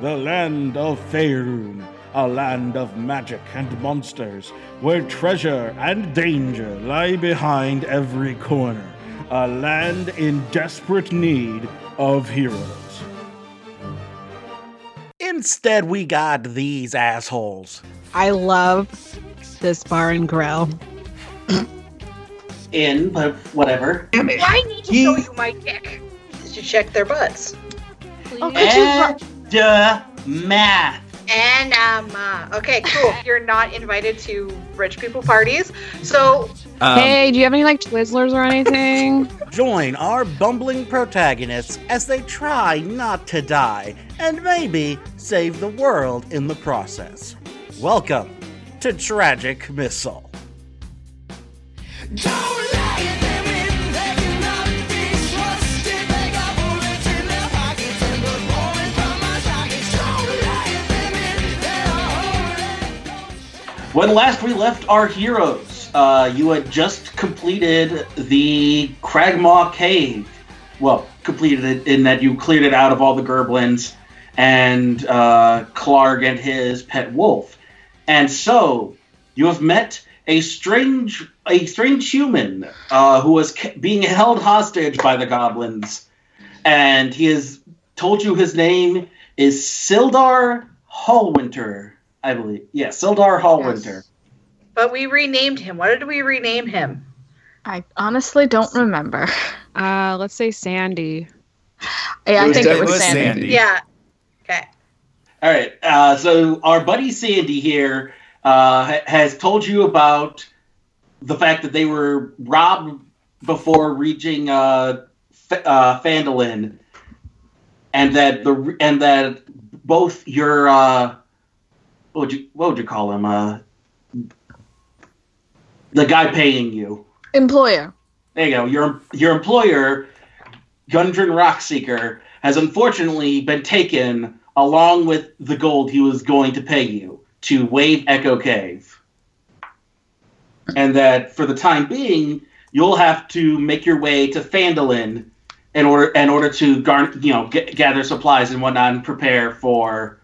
The land of Faerun, a land of magic and monsters, where treasure and danger lie behind every corner. A land in desperate need of heroes. Instead, we got these assholes. I love this bar and grill. In, but whatever. Damn it. I need to Ye- show you my dick to check their butts. Oh, could you ru- And uh, math. And um, uh, okay, cool. You're not invited to rich people parties, so Um, hey, do you have any like Twizzlers or anything? Join our bumbling protagonists as they try not to die and maybe save the world in the process. Welcome to Tragic Missile. When last we left our heroes, uh, you had just completed the Cragmaw Cave. Well, completed it in that you cleared it out of all the gerblins and uh, Clark and his pet wolf. And so you have met a strange, a strange human uh, who was ca- being held hostage by the goblins, and he has told you his name is Sildar Hallwinter, I believe. Yeah, Sildar Hallwinter. but we renamed him. What did we rename him? I honestly don't remember. Uh, let's say Sandy. Yeah, It I was think it definitely was Sandy. Yeah. Okay. All right. Uh, so our buddy Sandy here uh, ha- has told you about the fact that they were robbed before reaching uh, F- uh, Fandolin, and that the re- and that both your uh, what would you what would you call him uh, the guy paying you Employer. there you go. Your your employer, Gundren Rockseeker, has unfortunately been taken along with the gold he was going to pay you to Wave Echo Cave. And that for the time being, you'll have to make your way to Fandolin in order in order to garn, you know g- gather supplies and whatnot and prepare for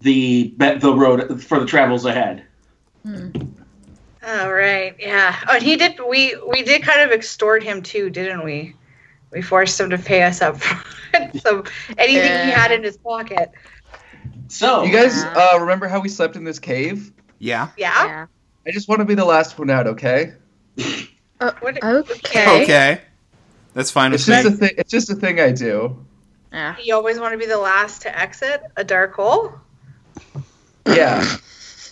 the the road for the travels ahead. All right. Yeah. Oh, and he did. We we did kind of extort him too, didn't we? We forced him to pay us up front. so anything he Yeah. had in his pocket. So You guys uh, remember how we slept in this cave? yeah. Yeah. I just want to be the last one out, okay? What, Okay. Okay. That's fine It's with just me. a thing. It's just a thing I do. Yeah. You always want to be the last to exit a dark hole. Yeah,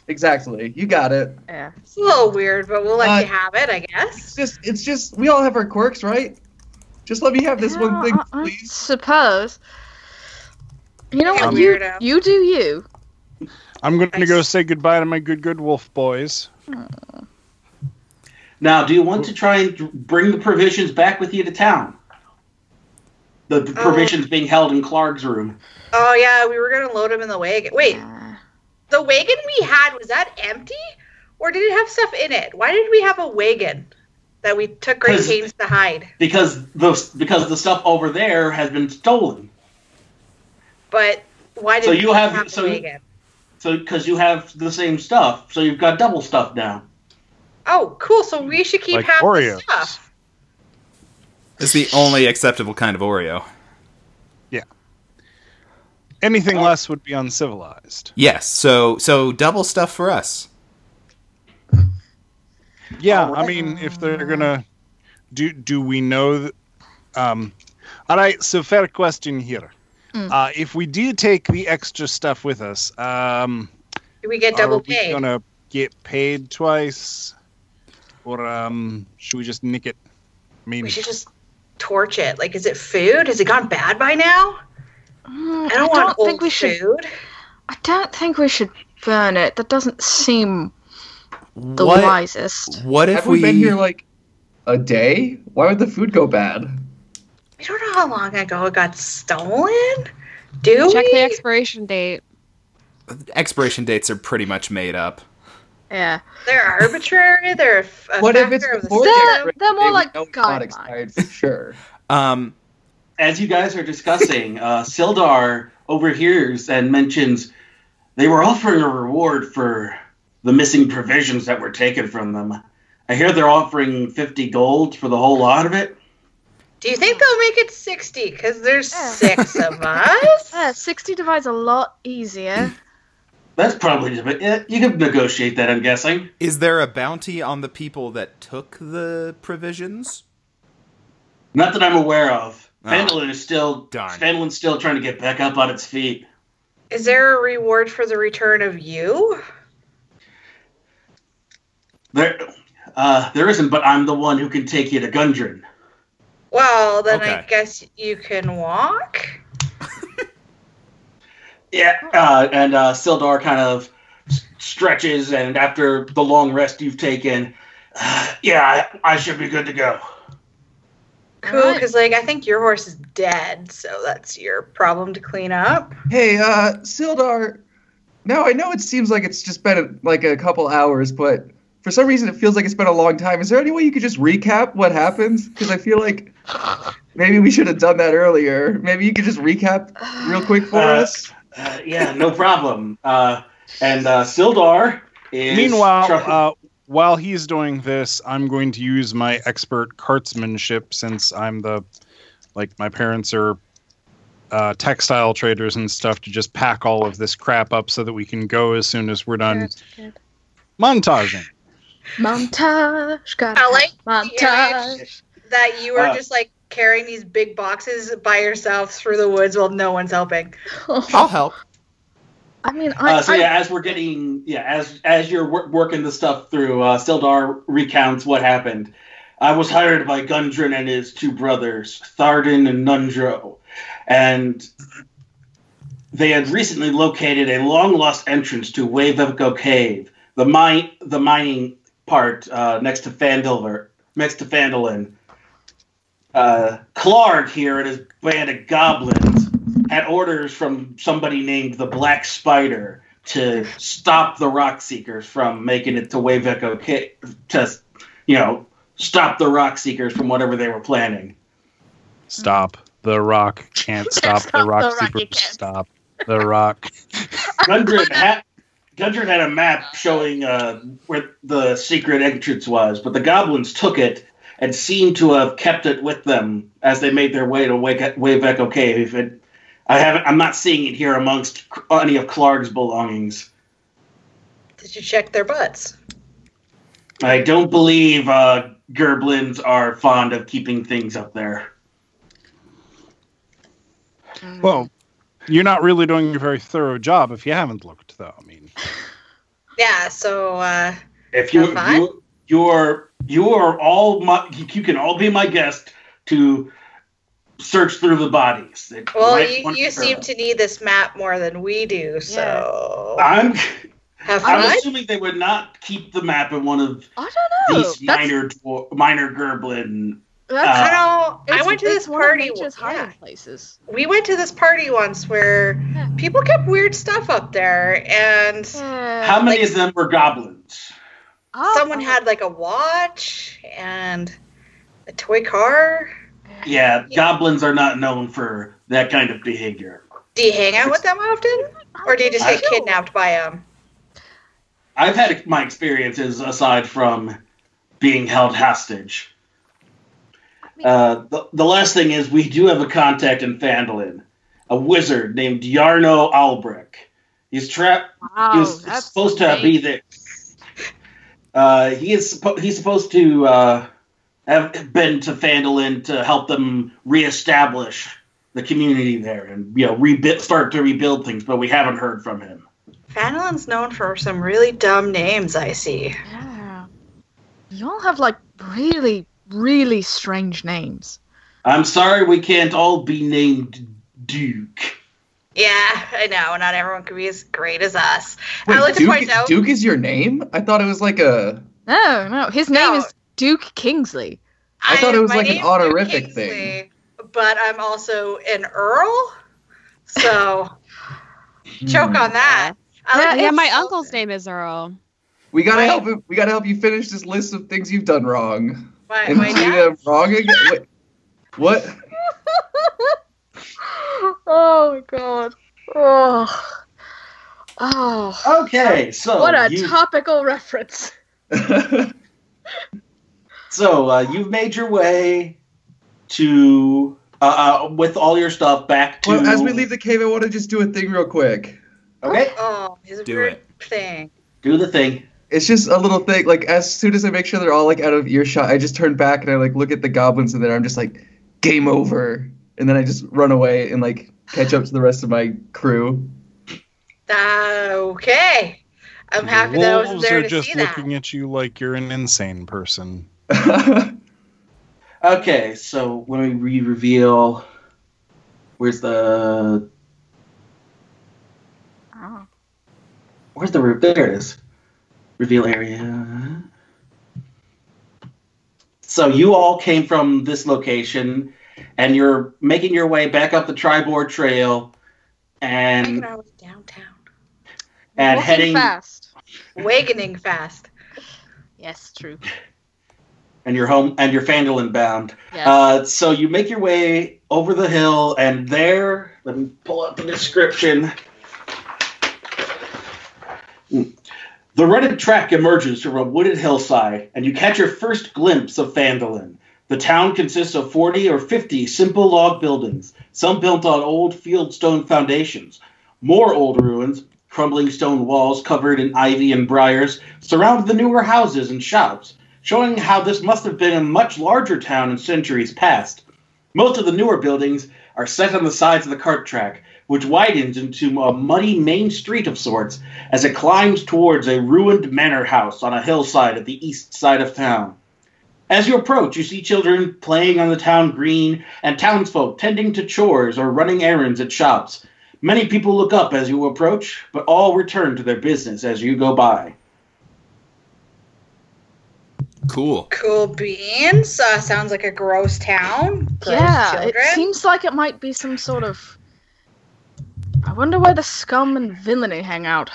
exactly. You got it. Yeah. It's a little weird, but we'll let Uh, you have it, I It's guess. just, it's just. We all have our quirks, right? Just let me have this one Yeah, thing, I- I please. Suppose. You know Yeah, what? You, weirdo. you do you. I'm going to go Nice. say goodbye to my good, good wolf boys. Now, do you want to try and bring the provisions back with you to town? The Uh, p- Oh. provisions being held in Clark's room. Oh yeah, we were gonna load him in the wagon. Wait, Yeah. the wagon we had was that empty, or did it have stuff in it? Why did we have a wagon that we took great 'Cause- pains to hide? because the because the stuff over there has been stolen. But why did So we you have- a so you- wagon? So because you have the same stuff, so you've got double stuff now. Oh, cool. So we should keep Like half Oreos. the stuff. It's the only acceptable kind of Oreo. Anything less would be uncivilized. Yes. So so double stuff for us. Yeah, I mean, if they're gonna do, do we know? Th- um, all right. So fair question here. Mm. Uh, if we do take the extra stuff with us, um, Do we get double are we pay? gonna get paid twice, or um, should we just nick it? I mean, We should just torch it. Like, is it food? Has it gone bad by now? Mm, I don't, want think old we should. food. I don't think we should burn it. That doesn't seem the what? wisest. What if Have we? we been here like a day? Why would the food go bad? We don't know how long ago it got stolen. Do Check we? the expiration date. expiration dates are pretty much made up. Yeah. they're arbitrary. They're a f- a What if factor it's of the before system. They're- they're more They would like know it's not guidelines. expired for sure. Um, As you guys are discussing, uh, Sildar overhears and mentions they were offering a reward for the missing provisions that were taken from them. I hear they're offering 50 gold for the whole lot of it. Do you think they'll make it 60? Because there's Yeah. six of us. Yeah, 60 divides a lot easier. That's probably just, but, eh, you could negotiate that, I'm guessing. Is there a bounty on the people that took the provisions? Not that I'm aware of. Ah. Fandolin is still Darn. Fendelin's still trying to get back up on its feet. Is there a reward for the return of you? There, uh, there isn't, but I'm the one who can take you to Gundren. Well, then I Okay. guess you can walk. Yeah, uh, and uh, Sildar kind of s- stretches, and after the long rest you've taken, uh, yeah, I, I should be good to go. Cool, Alright. because like I think your horse is dead, so that's your problem to clean up. Hey, uh, Sildar. Now I know it seems like it's just been like a couple hours, but for some reason it feels like it's been a long time. Is there any way you could just recap what happened? Because I feel like maybe we should have done that earlier. Maybe you could just recap real quick for Uh, us. Uh, yeah, no problem. Uh, and uh, Sildar is. Meanwhile, try- uh, while he's doing this, I'm going to use my expert cartsmanship since I'm the, like, my parents are uh, textile traders and stuff to just pack all of this crap up so that we can go as soon as we're done montaging. Montage. Got I like montage. that you are Uh, just like carrying these big boxes by yourself through the woods while no one's helping. I'll help. I mean, I, uh, so I- yeah, as we're getting yeah, as as you're wor- working the stuff through, uh, Sildar recounts what happened. I was hired by Gundren and his two brothers, Tharden and Nundro, and they had recently located a long lost entrance to Wave Echo Cave, the mine the mining part uh, next to Fandilver, next to Fandolin. Uh, Clark here and his band of goblins had orders from somebody named the Black Spider to stop the Rock Seekers from making it to Wave Echo Ca- to, you know, stop the Rock Seekers from whatever they were planning. Stop the rock. Can't stop, the Stop rock. the rock, Super you can't. stop the rock. Gundren had Gundren had a map showing uh, where the secret entrance was, but the goblins took it and seemed to have kept it with them as they made their way to Wake, Wave Echo Cave. It, I haven't. I'm not seeing it here amongst any of Clark's belongings. Did you check their butts? I don't believe uh, Gerblins are fond of keeping things up there. Well, you're not really doing a very thorough job if you haven't looked, though. I mean, Yeah. So uh, If you Have I? you you are you are all my you can all be my guest to search through the bodies. It well, might you, want you seem to need this map more than we do. So I'm have fun. I'm assuming they would not keep the map in one of I Oh, don't know. these That's, minor dwar- minor Gerblin. that's, uh, I don't. It's- I went to it's this one of party. nature's yeah. hiding places. We went to this party once where Yeah. people kept weird stuff up there, and yeah. How many like- of them were goblins? Oh, someone had like a watch and a toy car. Yeah, Yeah. goblins are not known for that kind of behavior. Do you hang out with them often, or do you just get kidnapped by them? I've had my experiences aside from being held hostage. Uh, the, the last thing is we do have a contact in Fandolin, a wizard named Yarno Albrecht. He's trapped. Oh, wow, he's that's supposed to be there. Uh, he is. suppo- He's supposed to uh, have been to Fandolin to help them reestablish the community there and you know rebuild, start to rebuild things. But we haven't heard from him. Fanolin's known for some really dumb names. I see. Yeah. You all have like really, really strange names. I'm sorry we can't all be named Duke. Yeah, I know. Not everyone could be as great as us. Wait, I like to Duke, point out- Duke is your name? I thought it was like a. No, no. His name No. is Duke Kingsley. I thought it was my like an name's Duke honorific Kingsley, thing. But I'm also an earl, so choke on that. Mm, I Yeah, like- yeah, my uncle's name is Earl. We gotta Right. help. Him, we gotta help you finish this list of things you've done wrong. my, And my do dad- them wrong again. Wait, what? oh my god. Oh. Oh. Okay, so what a you, topical reference. so uh, you've made your way to uh, uh, with all your stuff back to. Well, as we leave the cave, I want to just do a thing real quick. okay, Oh, his Do weird it. thing. do the thing. It's just a little thing. Like as soon as I make sure they're all like out of earshot, I just turn back and I like look at the goblins in there. I'm just like, game over, and then I just run away and like catch up to the rest of my crew. Ah, okay. I'm happy that I was Wolves there are to just see looking that. at you like you're an insane person. Okay, so let me re-reveal. Where's the Oh. where's the re- there it is reveal area. So you all came from this location, and you're making your way back up the Tribord Trail, Making and our way downtown. and Walking heading fast. Wagoning fast. Yes, true. and your home and your Fandolin bound. Yes. Uh, so you make your way over the hill, and there, let me pull up the description. Hmm. The rutted track emerges from a wooded hillside, and you catch your first glimpse of Fandolin. The town consists of 40 or 50 simple log buildings, some built on old field stone foundations. More old ruins, crumbling stone walls covered in ivy and briars, surround the newer houses and shops showing how this must have been a much larger town in centuries past. Most of the newer buildings are set on the sides of the cart track, which widens into a muddy main street of sorts as it climbs towards a ruined manor house on a hillside at the east side of town. As you approach, you see children playing on the town green and townsfolk tending to chores or running errands at shops. Many people look up as you approach, but all return to their business as you go by. Cool. Cool beans. Uh, sounds like a gross town. Gross yeah, children. it seems like it might be some sort of. I wonder where the scum and villainy hang out.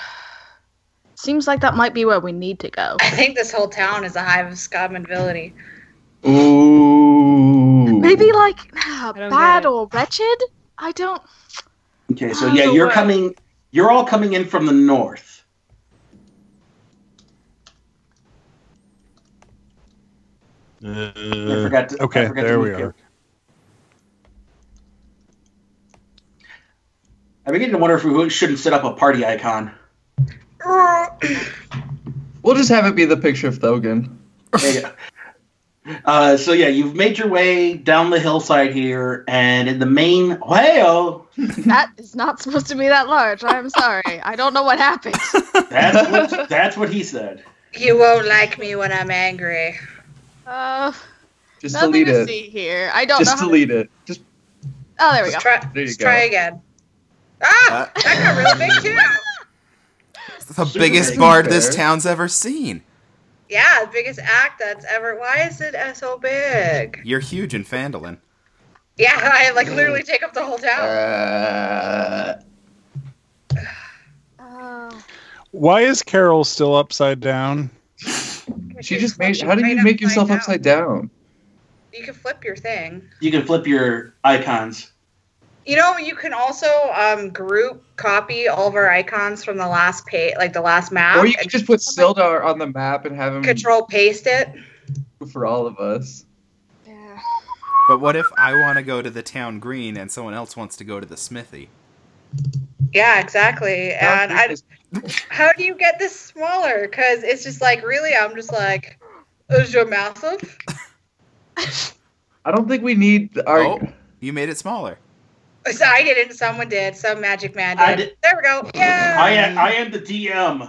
Seems like that might be where we need to go. I think this whole town is a hive of scum and villainy. Ooh. Maybe like don't bad get it. or wretched. I don't. Okay, so Either yeah, you're way. coming. You're all coming in from the north. I forgot. To, I Uh, okay, forgot to there we mute you. are. I'm beginning to wonder if we shouldn't set up a party icon. We'll just have it be the picture of Thogan. There you go. Uh, so yeah, you've made your way down the hillside here, and in the main well, That is not supposed to be that large. I'm sorry. I don't know what happened. that's what that's what he said. You won't like me when I'm angry. Uh, Just nothing delete to it. see here. I don't know. Just how to- delete it. Just Oh, there we go. Just try, There you just go. try again. Ah! Uh. that got really big too. It's the Super biggest big. bard this Fair. town's ever seen. Yeah, the biggest act that's ever. Why is it uh, so big? You're huge in Fandolin. Yeah, I like literally take up the whole town. uh, Oh. Why is Carol still upside down? she just made. How did you make yourself upside down? down? You can flip your thing. You can flip your icons. You know, you can also um, group copy all of our icons from the last page, like the last map. Or you could and just put Sildar on the map and have him control paste it. for all of us. Yeah. But what if I want to go to the town green and someone else wants to go to the smithy? Yeah, exactly. And Now, I, how do you get this smaller? Because it's just like, really, I'm just like, is your massive? I don't think we need our. Oh, you made it smaller. So I didn't. Someone did. Some magic man I Oh, did. There we go. I Yeah. am, I am the DM.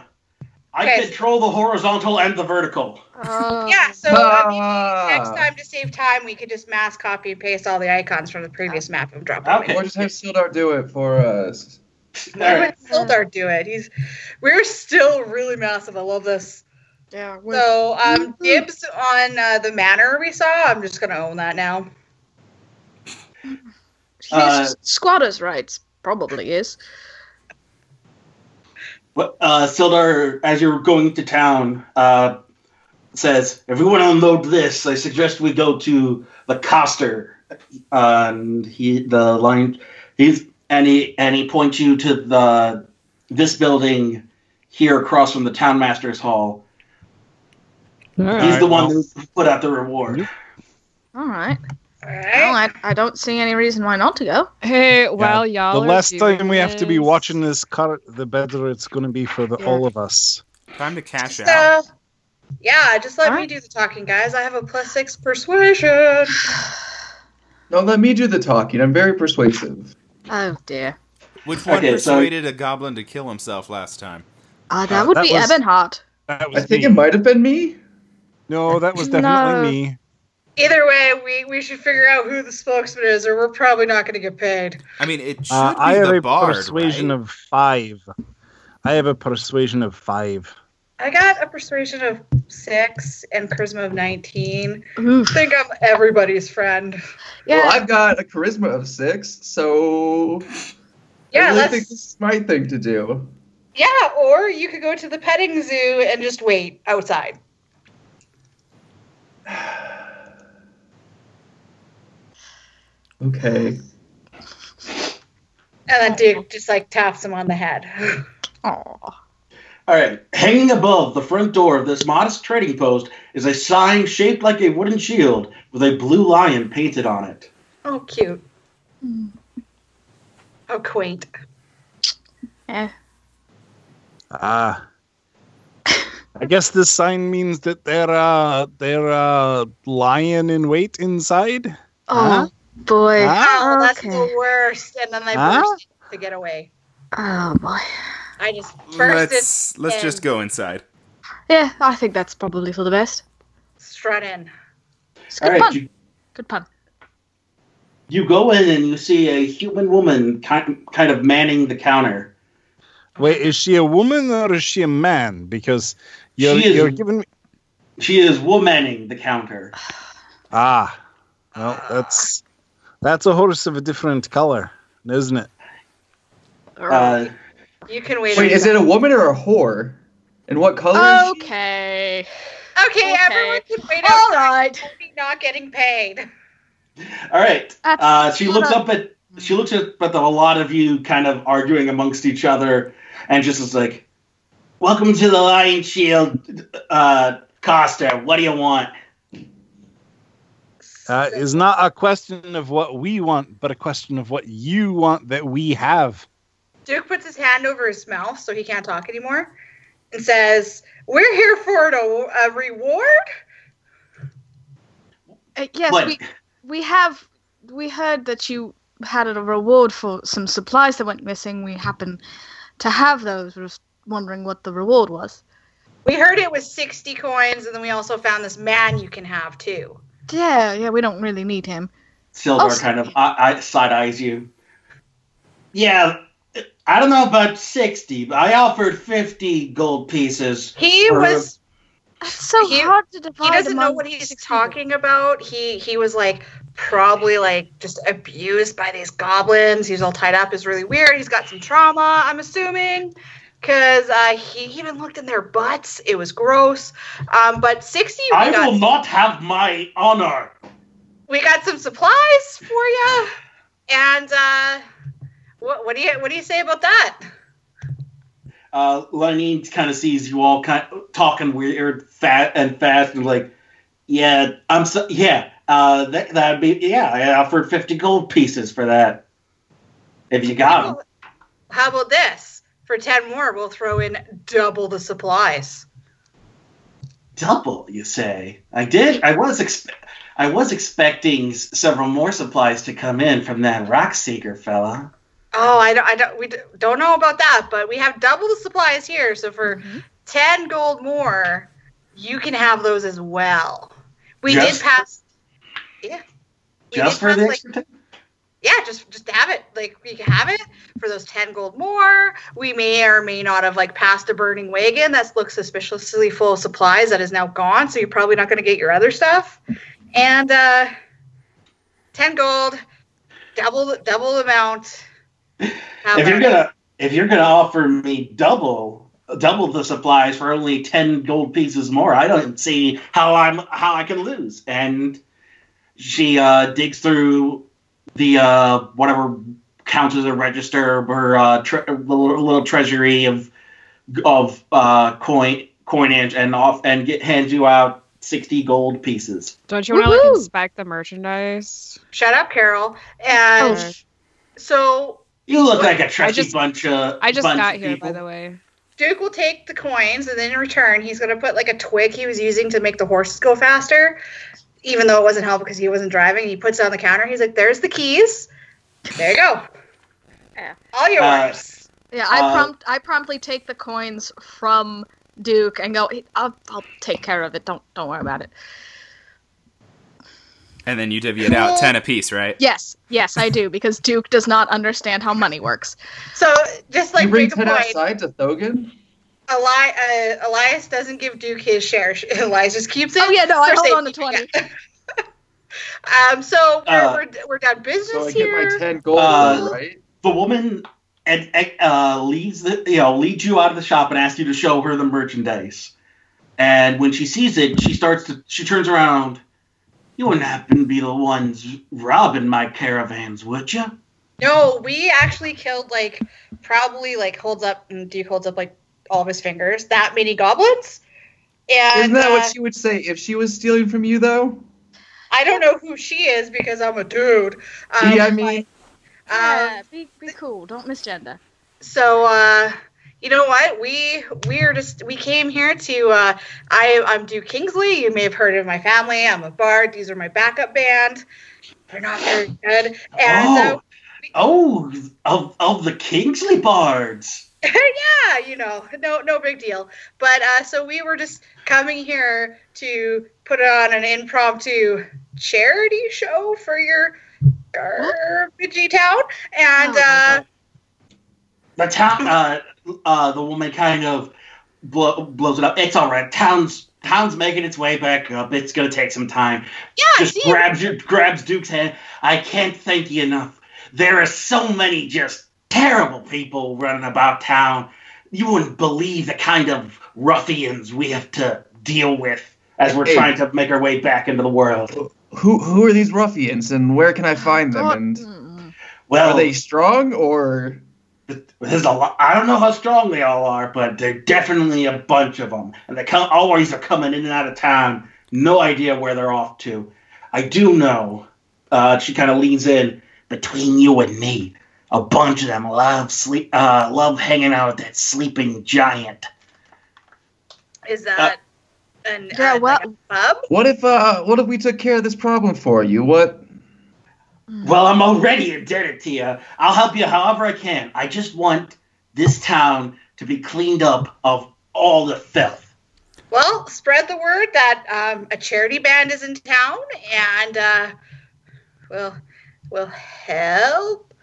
I Okay. control the horizontal and the vertical. Oh. Yeah. So I mean, Ah. next time to save time, we could just mass copy and paste all the icons from the previous map and drop them. Okay. Or just have Sildar do it for us. All Why right. would Sildar do it? He's we're still really massive. I love this. Yeah. we're- So um, dibs on uh, the manor we saw. I'm just gonna own that now. he's uh, just squatters' rights. Probably is. But uh, Sildar, as you're going to town, uh, says, "If we want to unload this, I suggest we go to the coster." Uh, and he, the lion, he's and he and he points you to the this building here across from the townmaster's hall. All right. He's the Alright, one well- who put out the reward. All right. All Well, right. I, I don't see any reason why not to go. Hey, while y'all the are last doing time we have to be this- watching this car, the better it's going to be for the, Yeah. all of us. Time to cash Just, out. uh, yeah, just let me Alright. do the talking, guys. I have a plus six persuasion. No, let me do the talking. I'm very persuasive. Oh dear. Which one Okay, so- persuaded a goblin to kill himself last time? Ah, Uh, that would that be was- Ebonheart. That I was think me. it might have been me. no, that was definitely No. me. Either way, we, we should figure out who the spokesman is, or we're probably not going to get paid. I mean, it should Uh, be I have the a bard. persuasion right? of five. I have a persuasion of five. I got a persuasion of six and charisma of 19. Oof. think I'm everybody's friend. Yeah. Well, I've got a charisma of six, so I Yeah, really let's, think this is my thing to do. yeah, or you could go to the petting zoo and just wait outside. Okay. And then Duke just like taps him on the head. Aw. All right. Hanging above the front door of this modest trading post is a sign shaped like a wooden shield with a blue lion painted on it. Oh, cute. How Hmm. Oh, quaint. Yeah. Ah. I guess this sign means that they're uh they're uh lion in wait inside. Oh boy. Oh, that's Okay. the worst. And then they Huh? burst to get away. Oh boy. I just burst it, Let's let's in. just go inside. Yeah, I think that's probably for the best. strut in. It's All good right. pun. You, Good pun. you go in and you see a human woman kind, kind of manning the counter. Wait, is she a woman or is she a man? Because you're She is- you're giving me She is womaning the counter. ah. Well, that's that's a horse of a different color, isn't it? Uh, You can wait. Wait, is it a woman or a whore? And what color? Oh, is she? Okay. Okay, Okay. everyone can wait All outside. right. We're Not getting paid. all right. That's Uh, she looks not up at she looks up at the, a lot of you kind of arguing amongst each other, and just is like, "Welcome to the Lion Shield, uh, Costa. What do you want?" Uh, is not a question of what we want, but a question of what you want that we have. Duke puts his hand over his mouth so he can't talk anymore and says, We're here for a, a reward? Uh, yes, What? we we have we heard that you had a reward for some supplies that went missing. We happen to have those. We're just wondering what the reward was. We heard it was 60 coins, and then we also found this man you can have too. Yeah, yeah, we don't really need him. Sildar Oh, kind of I, I, side eyes you. Yeah, I don't know about sixty, but I offered fifty gold pieces. He Uh, was, It's so He- hard to he divide. doesn't know among what he's six people. talking about. He, he was like, probably like just abused by these goblins. He's all tied up, is really weird. He's got some trauma, I'm assuming. Because uh, he even looked in their butts. It was gross. Um, but 60 we I got will not have my honor. we got some supplies for you. And uh, what, what do you what do you say about that? uh, Lenine kind of sees you all kind talking weird, fat and fast, and like, yeah, I'm so yeah, uh, that that'd be yeah. I offered fifty gold pieces for that. If you got 'em. How about this? For ten more, we'll throw in double the supplies. double, you say? I did. I was expe- I was expecting s- several more supplies to come in from that rock seeker fella. Oh, I don't, I don't, we d- don't know about that, but we have double the supplies here. So for ten gold more, you can have those as well. We Just- did pass. Yeah. We did Just for pass, the like, extra ten? yeah, just just have it. Like we can have it for those ten gold more. We may or may not have like passed a burning wagon that looks suspiciously full of supplies that is now gone. So you're probably not going to get your other stuff. And uh, ten gold, double double amount. How If you're about gonna if you're gonna offer me double double the supplies for only ten gold pieces more, I don't see how I'm how I can lose. And she uh, digs through the uh, whatever ca- counts as a register or uh, tre- a little, little treasury of of uh, coin coinage and off and get, hands you out sixty gold pieces. Don't you want to like Woohoo! inspect the merchandise? Shut up, Carol. And Or- so You look like a trashy just- bunch of. I just bunch got of here, people. by the way. Duke will take the coins, and then in return, he's going to put like a twig he was using to make the horses go faster, even though it wasn't helpful because he wasn't driving. He puts it on the counter. He's like, "There's the keys. There you go. Yeah. All yours." Yeah, I Uh, prompt I promptly take the coins from Duke and go. I'll, I'll take care of it. Don't don't worry about it. And then you divvy it out Cool. ten apiece, right? Yes, yes, I do because Duke does not understand how money works. so just like you bring make a ten point, outside to Thogan? Eli- uh, Elias doesn't give Duke his share. Elias just keeps it. Oh yeah, no, I for hold on to safety. twenty. Um, so we're, Uh, we're, we're done business So I get here. my ten gold, Uh, right? the woman and uh, leads the you know leads you out of the shop and asks you to show her the merchandise. And when she sees it, she starts to she turns around. You wouldn't happen to be the ones robbing my caravans, would you? No, we actually killed like probably like holds up and Duke holds up like all of his fingers. That many goblins. And Isn't that uh, what she would say if she was stealing from you, though? I don't know who she is because I'm a dude. Um, See, I mean, but, um, be, be cool. Don't misgender. so uh, you know what? We we're just we came here to. Uh, I I'm Duke Kingsley. You may have heard of my family. I'm a bard. These are my backup band. They're not very good. And uh, oh, oh, of of the Kingsley bards. yeah, you know, no, no big deal. But uh, so we were just coming here to put on an impromptu charity show for your garbagey town, Oh, and my uh, The town, uh, uh, the woman kind of blow, blows it up. It's all right. Town's town's making its way back up. It's gonna take some time. yeah, just see, grabs your grabs Duke's hand. I can't thank you enough. There are so many just terrible people running about town. You wouldn't believe the kind of ruffians we have to deal with as we're Hey. trying to make our way back into the world. who who are these ruffians, and where can I find them? And Mm. Well, are they strong or? there's a lot. I don't know how strong they all are, but they're definitely a bunch of them, and they come, always are coming in and out of town. No idea where they're off to. I do know. Uh, she kind of leans in between you and me. A bunch of them love sleep. Uh, love hanging out with that sleeping giant. is that an Yeah, uh, well- like a pub? What if uh, what if we took care of this problem for you? What? Well, I'm already indebted to you. I'll help you however I can. I just want this town to be cleaned up of all the filth. Well, spread the word that um, a charity band is in town, and uh, we'll we'll help.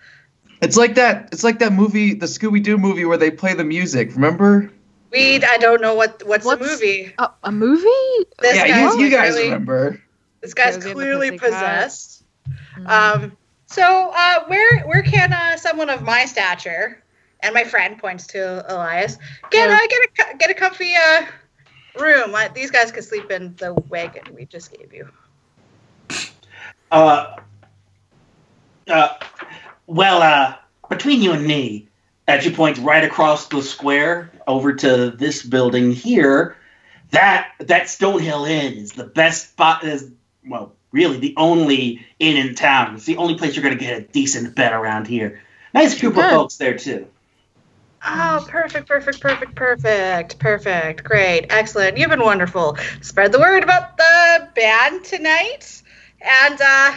It's like that. It's like that movie, the Scooby Doo movie, where they play the music. Remember? We I don't know what what's, What's- the movie. Oh, a movie? This yeah, guy's you, you guys clearly- remember. This guy's Josie and the clearly Pussycats. possessed. Um, so uh, where where can uh, someone of my stature and my friend points to Elias get uh, get a co- get a comfy uh, room? Uh, these guys could sleep in the wagon we just gave you. uh, uh, well, uh, between you and me, as you point right across the square over to this building here, that that Stonehill Inn is the best spot. Is well, really the only inn in town. It's the only place you're going to get a decent bed around here. Nice group Good. of folks there too. Oh, perfect, perfect, perfect, perfect, perfect, great, excellent. You've been wonderful. Spread the word about the band tonight, and uh,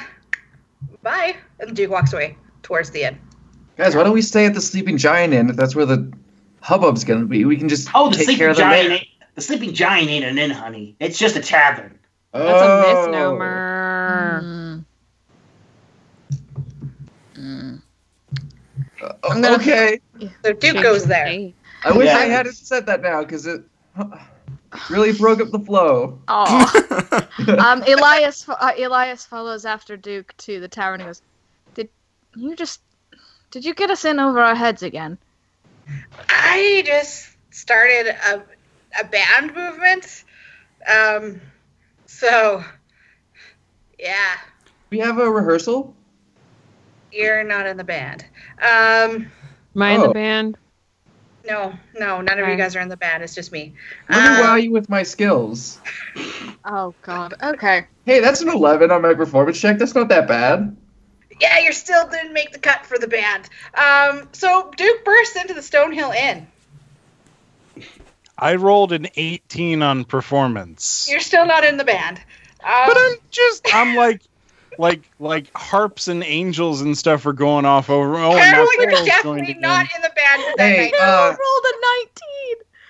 bye. And the Duke walks away towards the inn. Guys, why don't we stay at the Sleeping Giant Inn if that's where the hubbub's gonna be? We can just Oh, the take sleeping care of them giant. there. Ain't, the sleeping giant ain't an inn, honey. It's just a tavern. That's a Oh. misnomer. Mm. Mm. Oh, I'm gonna- okay. So Duke goes there. Hey. I wish Yeah. I hadn't said that now because it really broke up the flow. Aw. um, Elias fo- uh, Elias follows after Duke to the tower and he goes, "Did you just? Did you get us in over our heads again?" I just started a, a band movement. Um, so, yeah. We have a rehearsal. You're not in the band. Um, Am I in the Oh. band? no, no, none of you Okay. guys are in the band. It's just me. Let uh, me Um, wow you with my skills. Oh God. Okay. Hey, that's an 11 on my performance check. That's not that bad. Yeah, you're still didn't make the cut for the band. Um, so Duke bursts into the Stonehill Inn. I rolled an 18 on performance. You're still not in the band. Um, But I'm just I'm like like like harps and angels and stuff are going off over. Oh, and Carolyn, Raphael's you're going definitely to not go- in the band for that Hey, night. uh, I rolled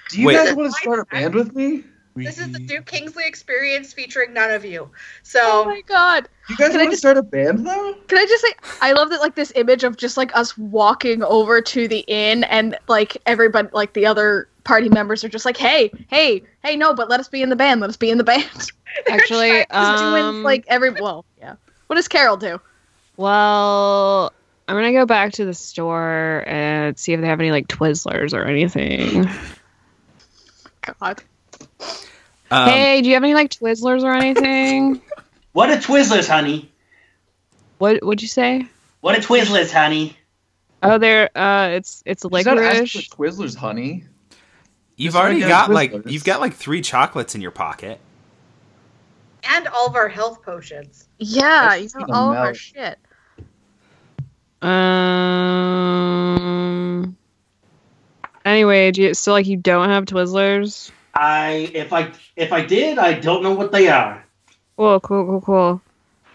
a Do you Wait. guys want to start a band with me? This is the We- Duke Kingsley experience featuring none of you. 19. Oh So my God. You guys Can I want to just- start a band though? Can I just say I love that like this image of just like us walking over to the inn and like everybody like the other party members are just like hey hey hey no but let us be in the band let us be in the band. Actually, Just um, doing like every well yeah. What does Carol do? well, I'm gonna go back to the store and see if they have any like Twizzlers or anything. God. Um, hey, do you have any like Twizzlers or anything? What a Twizzlers, honey. what What'd you say? What a Twizzlers, honey. Oh, there. Uh, it's it's She's not asking licorice. for Twizzlers, honey. you've Just already like, uh, got like Twizzlers. you've got like three chocolates in your pocket. and all of our health potions. Yeah, you That's know the all of our mouth. shit. Um. Anyway, do you, so like you don't have Twizzlers? I if I if I did, I don't know what they are. Cool, cool, cool, cool.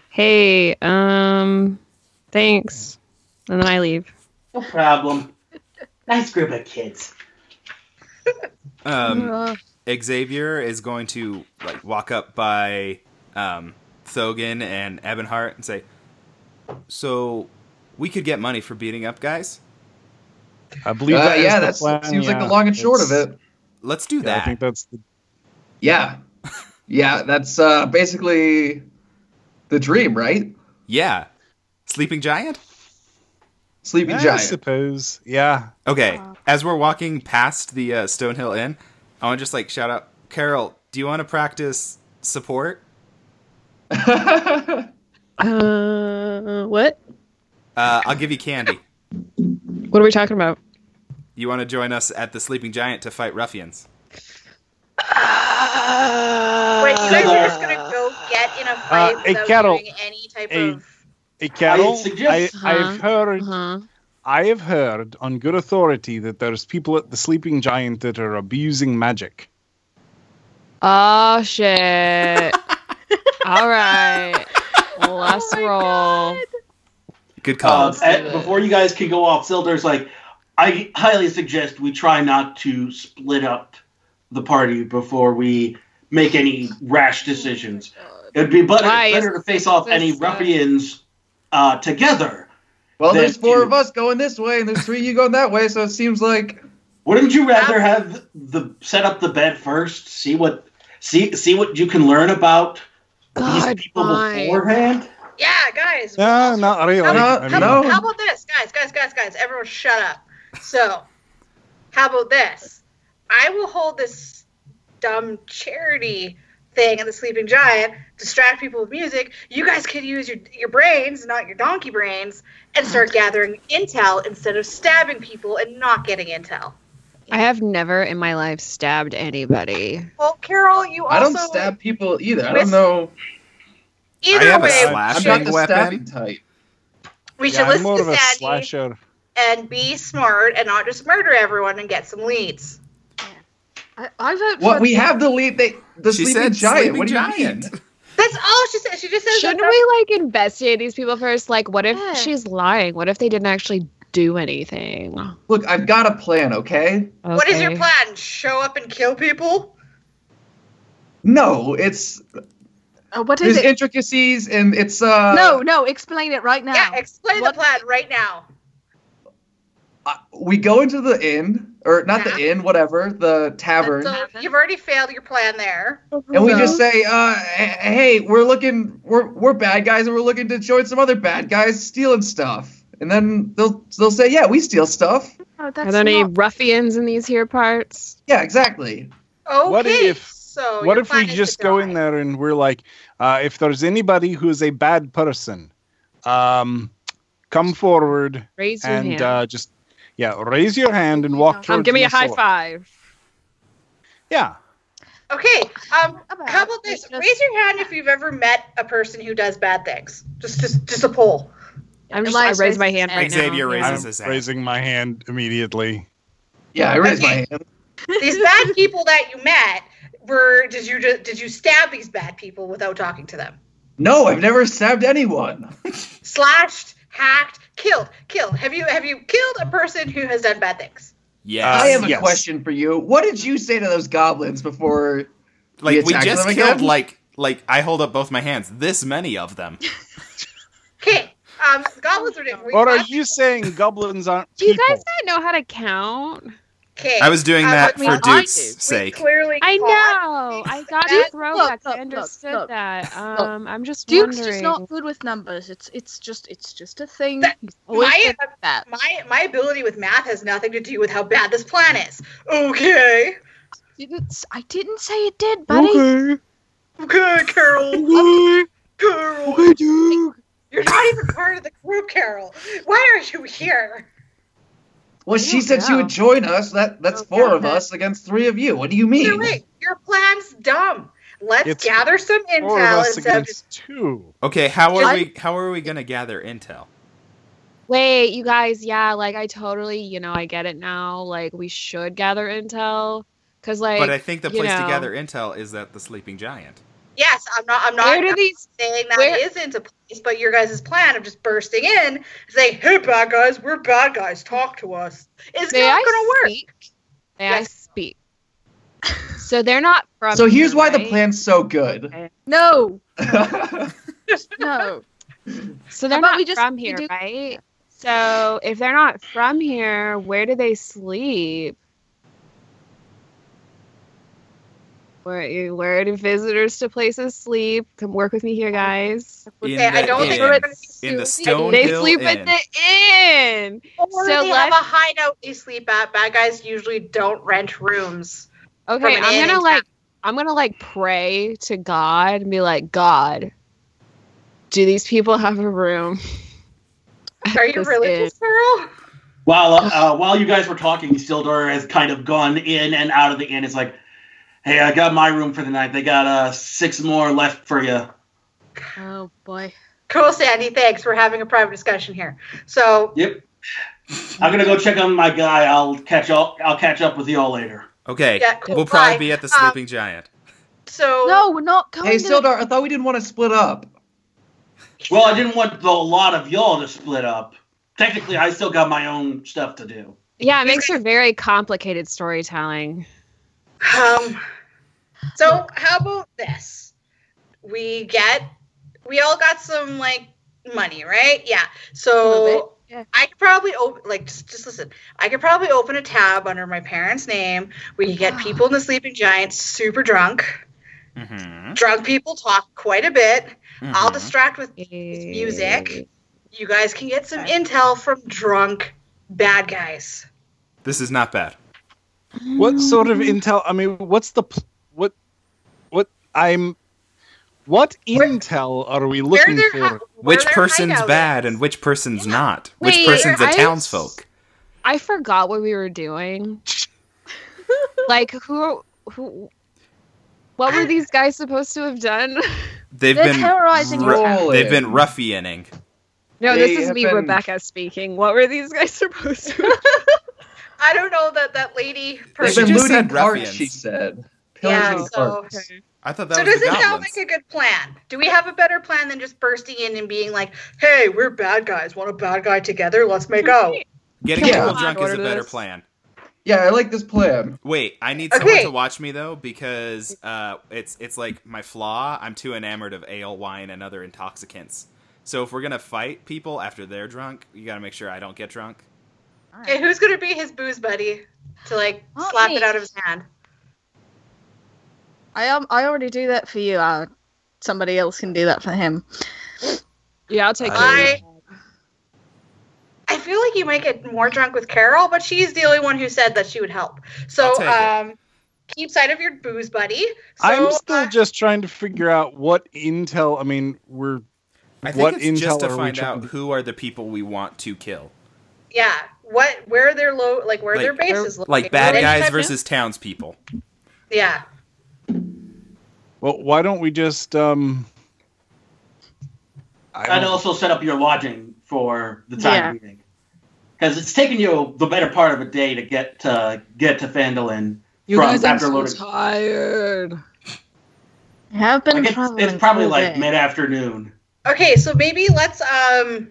Hey, um, thanks. And then I leave. No problem. Nice group of kids. Um, Ugh. Xavier is going to like walk up by um, Thogan and Ebonheart and say, "So we could get money for beating up guys. I believe Uh, that is yeah, the that plan, seems like the yeah. long and short of It's- it. Let's do yeah, I that." think that's the, Yeah, yeah, that's uh, basically the dream, right? yeah, Sleeping Giant. Sleeping I Giant. suppose. Yeah. Okay, as we're walking past the uh, Stonehill Inn, I want to just like shout out, Carol. Do you want to practice support? Uh, what? Uh, I'll give you candy. What are we talking about? You want to join us at the Sleeping Giant to fight ruffians? Wait, you guys are just gonna go get in a fight Uh, a without cattle- doing any type a- of. Hey, I Carol, I, suggest- I've heard Uh-huh. I have heard on good authority that there's people at the Sleeping Giant that are abusing magic. Oh shit. All right. Oh Let's roll. Good call. Uh, at- before you guys can go off, Silder's like, I highly suggest we try not to split up the party before we make any rash decisions. It'd be better, Why better is to face off this, any uh, ruffians uh, together. well, there's Thank four you. of us going this way, and there's three of you going that way, so it seems like Wouldn't you rather have the set up the bed first, see what see see what you can learn about God, these people fine. beforehand? Yeah, guys. No, not really. How about- how I mean, about- How, No. how about this, guys, guys, guys, guys? Everyone, shut up. So, how about this? I will hold this dumb charity thing at the Sleeping Giant, distract people with music. You guys could use your your brains, not your donkey brains, and start gathering intel instead of stabbing people and not getting intel. I have never in my life stabbed anybody. Well, Carol, you also I don't stab people either. I don't Miss- know. I either have a way. slash I'm we not should, the weapon. stabbing type. we should yeah, I'm listen more of a to Sandy slasher. and be smart and not just murder everyone and get some leads. I, I vote for What we have the lead. They the she sleeping said giant. Sleeping what do you Giant. mean? That's all she said. She just says Shouldn't that- we like investigate these people first? Like, what if Yeah. she's lying? What if they didn't actually do anything? Look, I've got a plan. Okay. What is your Okay. plan? Show up and kill people? No, it's Uh, what there's is it? intricacies and it's uh no, no, explain it right now. Yeah, explain What- the plan right now. uh, we go into the inn or not the Yeah. inn, whatever the tavern, So you've already failed your plan there. and we just say, uh, h- hey, we're looking, we're we're bad guys, and we're looking to join some other bad guys stealing stuff, and then they'll they'll say, yeah, we steal stuff. Oh, that's Are there any not- ruffians in these here parts? Yeah, exactly. Okay. What if- so what your if we plan is just to go die. in there and we're like, uh, if there's anybody who is a bad person, um, come forward Raise your and hand. uh, just yeah, raise your hand and Um, walk Come towards. give me a high Missile. five. Yeah, Okay. Um, About couple it, things. just- Raise your hand if you've ever met a person who does bad things. Just, just, just a poll. I'm just, I Elias raise my raises hand his right hand. Xavier now. I'm raises his hand. raising my hand immediately. Yeah, I raised my Okay. hand. These bad people that you met were. Did you just, did you stab these bad people without talking to them? No, I've never stabbed anyone. Slashed, hacked, killed, killed. Have you have you killed a person who has done bad things? Yes. I have a yes. question for you. What did you say to those goblins before? like we attacked just them killed again? like like I hold up both my hands. This many of them. Okay. Um, goblins are doing. Or are you saying goblins aren't Do you people? guys not know how to count? Okay. I was doing Uh, that but we- for I Duke's do. We We sake. clearly. I caught- know. I got That- the throwback. look, look, I understood look, that. look. Um, I'm just Duke's wondering. just not good with numbers. It's it's just it's just a thing. That- He's always my- been like that. My my ability with math has nothing to do with how bad this plan is. Okay. didn't s- I didn't say it did, buddy. Okay, Carol. Carol. You're not even part of the group, Carol. Why are you here? Well, she said she would join us. That that's Okay, four of okay. us against three of you. What do you mean? Either way, your plan's dumb. Let's It's gather some Four of intel us instead of against two. Okay, how are I- we how are we gonna gather intel? Wait, you guys. Yeah, like I totally, you know, I get it now. Like we should gather intel, cause like But I think the you place to know. gather intel is that the sleeping giant. Yes, I'm not. I'm not where do these? saying that where- not a place, but your guys' plan of just bursting in, and saying, "Hey, bad guys, we're bad guys. Talk to us." Is May not I going to work. speak? May I Yes. speak? So they're not from. So here's here, why the right? plan's so good. No, That's no. So they're How about not we just- from we here, do- right? So if they're not from here, where do they sleep? Where where do visitors to places sleep? Come work with me here, guys. In Okay, I the don't think inn. we're going to in the Stone They Hill sleep Inn. at the inn. Or So they have a let's- hideout they sleep at. Bad guys usually don't rent rooms. Okay, From an inn I'm in gonna town. like I'm gonna like pray to God and be like, God, do these people have a room? at Are you this religious, Carol? While uh, while you guys were talking, Sildar has kind of gone in and out of the inn. It's like, hey, I got my room for the night. They got uh, six more left for you. Oh boy. Cool, Sandy. Thanks. We're having a private discussion here. So, Yep. I'm gonna go check on my guy. I'll catch all. I'll catch up with you all later. Okay. Yeah, cool, We'll probably bye. be at the Um, sleeping giant. so No, Oh, we're not going hey, to Sildar, I thought we didn't want to split up. Well, I didn't want the lot of y'all to split up. Technically, I still got my own stuff to do. Yeah, it makes for very complicated storytelling. Um, so how about this? We get, we all got some like money, right? Yeah. So little bit, yeah. I could probably open, like, just, just listen. I could probably open a tab under my parents' name. We could Ah. get people in the Sleeping Giant super drunk. Mm-hmm. Drunk people talk quite a bit. Mm-hmm. I'll distract with music. You guys can get some intel from drunk bad guys. This is not bad. What sort of intel? I mean, what's the pl- what what I'm what intel are we looking their for? hou- where Which their person's hideout bad is. and which person's Yeah. not? Wait, which person's a I- townsfolk? I forgot what we were doing. like who who what were these guys supposed to have done? They've They're been terrorizing ru- your town. Roll they've it. been ruffianing. No, They this is have me, been- Rebecca speaking. What were these guys supposed to have I don't know that that lady. They've She been just looting said carts, ruffians. she said. Yeah, Pillaging so- carts. I thought that So was does the it sound goblins. like a good plan? Do we have a better plan than just bursting in and being like, "Hey, we're bad guys. Want a bad guy together? Let's make out." Getting Yeah. people drunk is Order a better this. plan. Yeah, I like this plan. Wait, I need Okay. someone to watch me though because uh, it's it's like my flaw. I'm too enamored of ale, wine, and other intoxicants. So if we're gonna fight people after they're drunk, you gotta make sure I don't get drunk. Okay, who's gonna be his booze buddy to like Not slap me. it out of his hand? I um, I already do that for you. Uh, somebody else can do that for him. Yeah, I'll take I- it. I feel like you might get more drunk with Carol, but she's the only one who said that she would help. I'll So take it. um, keep sight of your booze buddy. So, I'm still uh, just trying to figure out what intel. I mean, we're I think What it's just intel to are we find trying out to- who are the people we want to kill. Yeah. What? Where they're low? Like where Like- their bases? Located. Like bad Any guys type of- versus townspeople. Yeah. Well, why don't we just um? I and don't- also set up your lodging for the time Yeah. being. Because it's taken you the better part of a day to get to get to Fandolin. You From guys, I'm after so loading. tired. I have been Like it's, traveling it's probably all like day. mid afternoon. Okay, so maybe let's um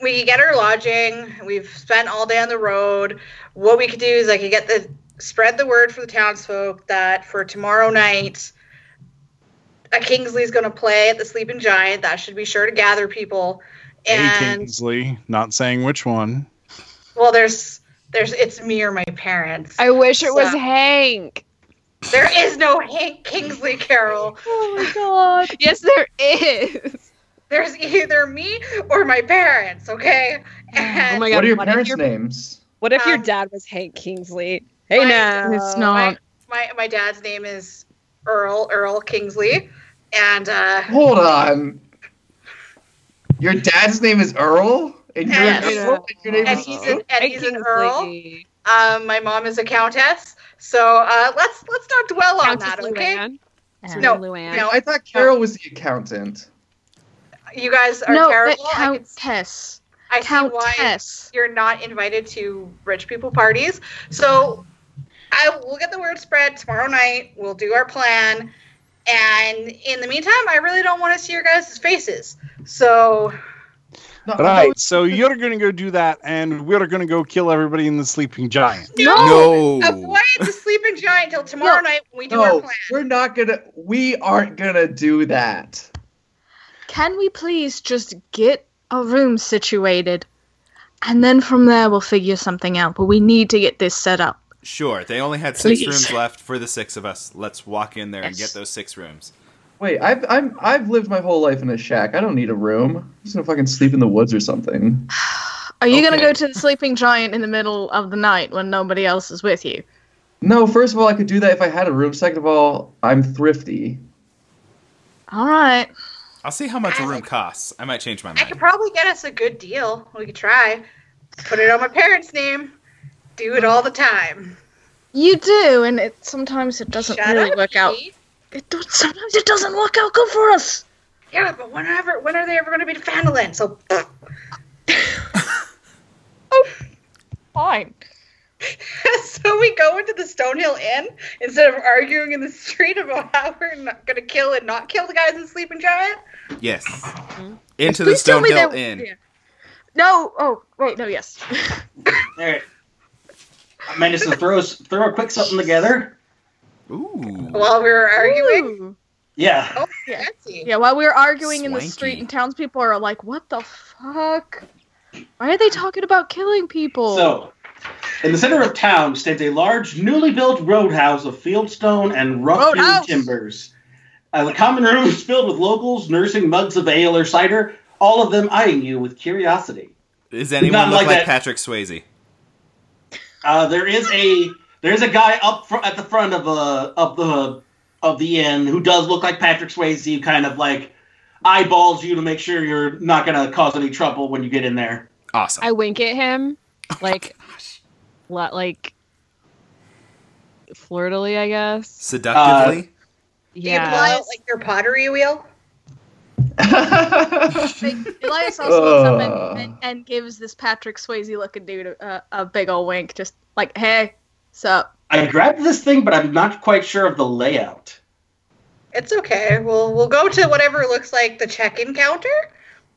we get our lodging. We've spent all day on the road. What we could do is I could get the spread the word for the townsfolk that for tomorrow night a Kingsley's going to play at the Sleeping Giant. That should be sure to gather people. A And Kingsley, not saying which one. well, there's there's it's me or my parents. I wish it was So- Hank. there is no Hank Kingsley Carol. Oh my god. Yes, there is. There's either me or my parents. Okay. And Oh my god. What are your if parents' your- names? What if your Um, dad was Hank Kingsley? Hey Mine- now. It's not. my my dad's name is Earl Earl Kingsley, and uh, Hold on. Your dad's name is Earl, and your, Yes. Earl, and your name and is he's Earl? an and Hank he's an Kingsley. Earl. Um, my mom is a countess, so uh, let's let's not dwell on Countess that, okay? Luann. It's No, really Luann. No, I thought Carol was the accountant. You guys are No, that terrible. I, can, countess. I see why Countess. you're not invited to rich people parties. So I will get the word spread tomorrow night. We'll do our plan. And in the meantime, I really don't want to see your guys' faces. So No, Right. So you're gonna go do that, and we're gonna go kill everybody in the sleeping giant. No. avoid the sleeping giant till tomorrow No. night when we do our No, plan. we're not gonna. We aren't gonna do that. Can we please just get a room situated? And then from there, we'll figure something out. But we need to get this set up. Sure. They only had six Please. rooms left for the six of us. Let's walk in there and Yes. get those six rooms. Wait, I've I'm I've lived my whole life in a shack. I don't need a room. I'm just gonna fucking sleep in the woods or something. Are you going to Okay. go to the sleeping giant in the middle of the night when nobody else is with you? No, first of all, I could do that if I had a room. Second of all, I'm thrifty. All right. I'll see how much a I- room costs. I might change my I could mind. probably get us a good deal. We could try. Put it on my parents' name. Do it all the time. You do, and it sometimes it doesn't Shut really up, work out. Pete. It do- sometimes it doesn't work out good for us. Yeah, but whenever, when are they ever going to be to Fandolin? So, oh, Fine. so we go into the Stonehill Inn instead of arguing in the street about how we're not going to kill and not kill the guys in Sleeping Giant. Yes. Into the Please tell me Stonehill that- Inn. yeah. No. Oh, wait. No. Yes. All right. I managed to throw s- throw a quick something together. Ooh. While we were arguing, Ooh. Yeah. oh, Yeah. fancy. Yeah, while we were arguing in the Swanky. street, and townspeople are like, "What the fuck? Why are they talking about killing people?" So, in the center of town stands a large, newly built roadhouse of fieldstone and rough hewn Roadhouse. timbers. Uh, the common room is filled with locals nursing mugs of ale or cider, all of them eyeing you with curiosity. Does anyone Not look like like, that. Patrick Swayze? Uh, there is a there is a guy up fr- at the front of uh, of the of the inn who does look like Patrick Swayze, who kind of like eyeballs you to make sure you're not gonna cause any trouble when you get in there. Awesome. I wink at him, Oh like, la- like, flirtily, I guess. Seductively? Do you apply it like your pottery wheel? Like, Elias also looks up Ugh. and, and, and gives this Patrick Swayze looking dude a, a big old wink, just like, "Hey, sup?" I grabbed this thing, but I'm not quite sure of the layout. It's okay. We'll we'll go to whatever looks like the check-in counter.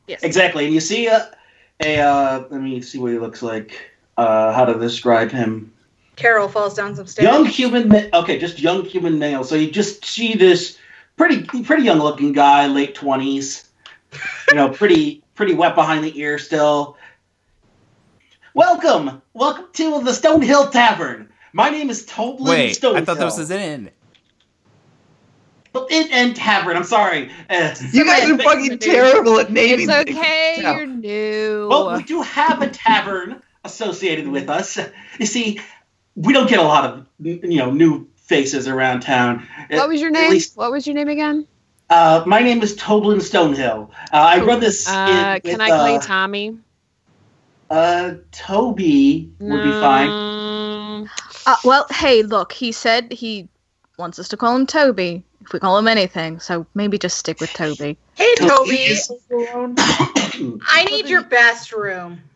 Yes. Exactly, and you see a, a uh, let me see what he looks like. Uh, how to describe him? Carol falls down some stairs. Young human. Ma- okay, just young human male. So you just see this pretty pretty young looking guy, late twenties. You know, pretty pretty wet behind the ear still. Welcome, welcome to the Stonehill Tavern. My name is Toblin Wait, Stonehill. I thought this was an inn. Well, it and tavern. I'm sorry. Uh, you guys are fucking terrible at naming It's things. okay, Yeah. you're new. Well, we do have a tavern associated with us. You see, we don't get a lot of you know new faces around town. what was your At name? least- What was your name again? Uh, my name is Toblin Stonehill. Uh, I run this. Uh, in, can with, I play uh, Tommy? Uh, Toby would be fine. fine. Uh, well, hey, look, he said he wants us to call him Toby if we call him anything, so maybe just stick with Toby. Hey, Toby, Toby I need your best room.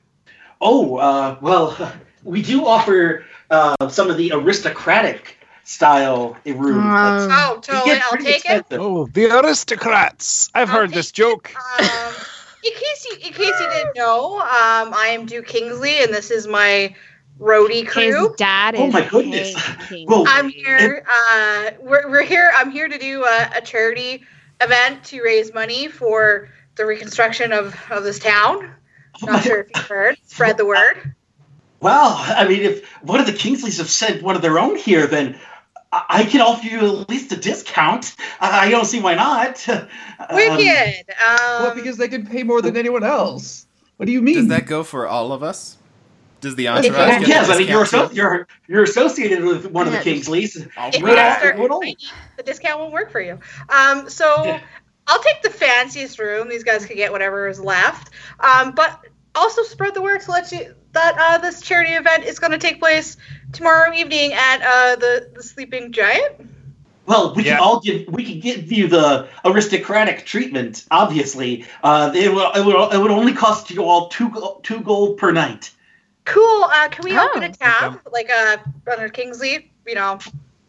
Oh, uh, well, we do offer uh, some of the aristocratic style rooms. Oh, totally. I'll take it. oh, the aristocrats! I've I'll heard take this joke. Um, in case you in case you didn't know, um, I am Duke Kingsley, and this is my roadie His crew. dad Oh is my goodness. taking- Whoa. I'm here. Uh, we're, we're here. I'm here to do a, a charity event to raise money for the reconstruction of, of this town. Oh Not sure if you've heard. Spread the word. Well, I mean, if one of the Kingsleys have sent one of their own here, then I, I can offer you at least a discount. I, I don't see why not. Um, Wicked. Um, well, because they could pay more than anyone else. What do you mean? Does that go for all of us? Does the well, entourage? get yes, the I mean you're, discount asso- you're you're associated with one of the Yeah. Kingsleys. too? All if you Right. don't right. start Right. fighting, the discount won't work for you. Um, so Yeah. I'll take the fanciest room. These guys could get whatever is left. Um, but also spread the word to let you that uh, this charity event is going to take place tomorrow evening at uh, the the Sleeping Giant. Well, we Yeah. can all give we can give you the aristocratic treatment. Obviously, uh, it will it will it would only cost you all two go- two gold per night. Cool. Uh, can we Oh, Ah. open a tab like uh, under Kingsley? You know,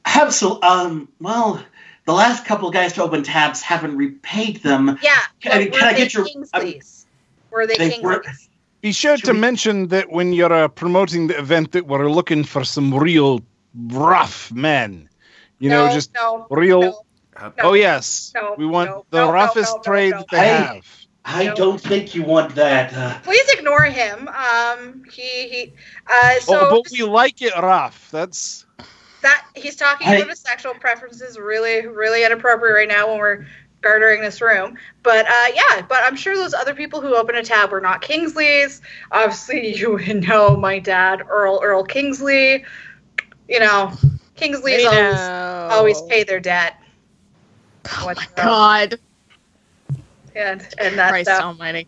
Absolutely. Um, well, the last couple guys to open tabs haven't repaid them. yeah. Can I- but were can I they get your- I'm- Kingsleys? Were they, They were- Kingsleys? Be sure Should to we- mention that when you're uh, promoting the event, that we're looking for some real rough men. You know, No, just no, real. no, no. oh yes, no, we want no, the no, no, roughest no, no, trade no. that they Hey. have. I No. don't think you want that. Uh, Please ignore him. Um, he he. Uh, so oh, but just- we like it rough. That's that he's talking I- about his sexual preferences really really inappropriate right now when we're gartering this room but uh yeah but i'm sure those other people who open a tab were not kingsleys obviously you would know my dad earl earl kingsley you know kingsleys They always know. always pay their debt What's up? Oh God, and and that's Christ uh, Almighty.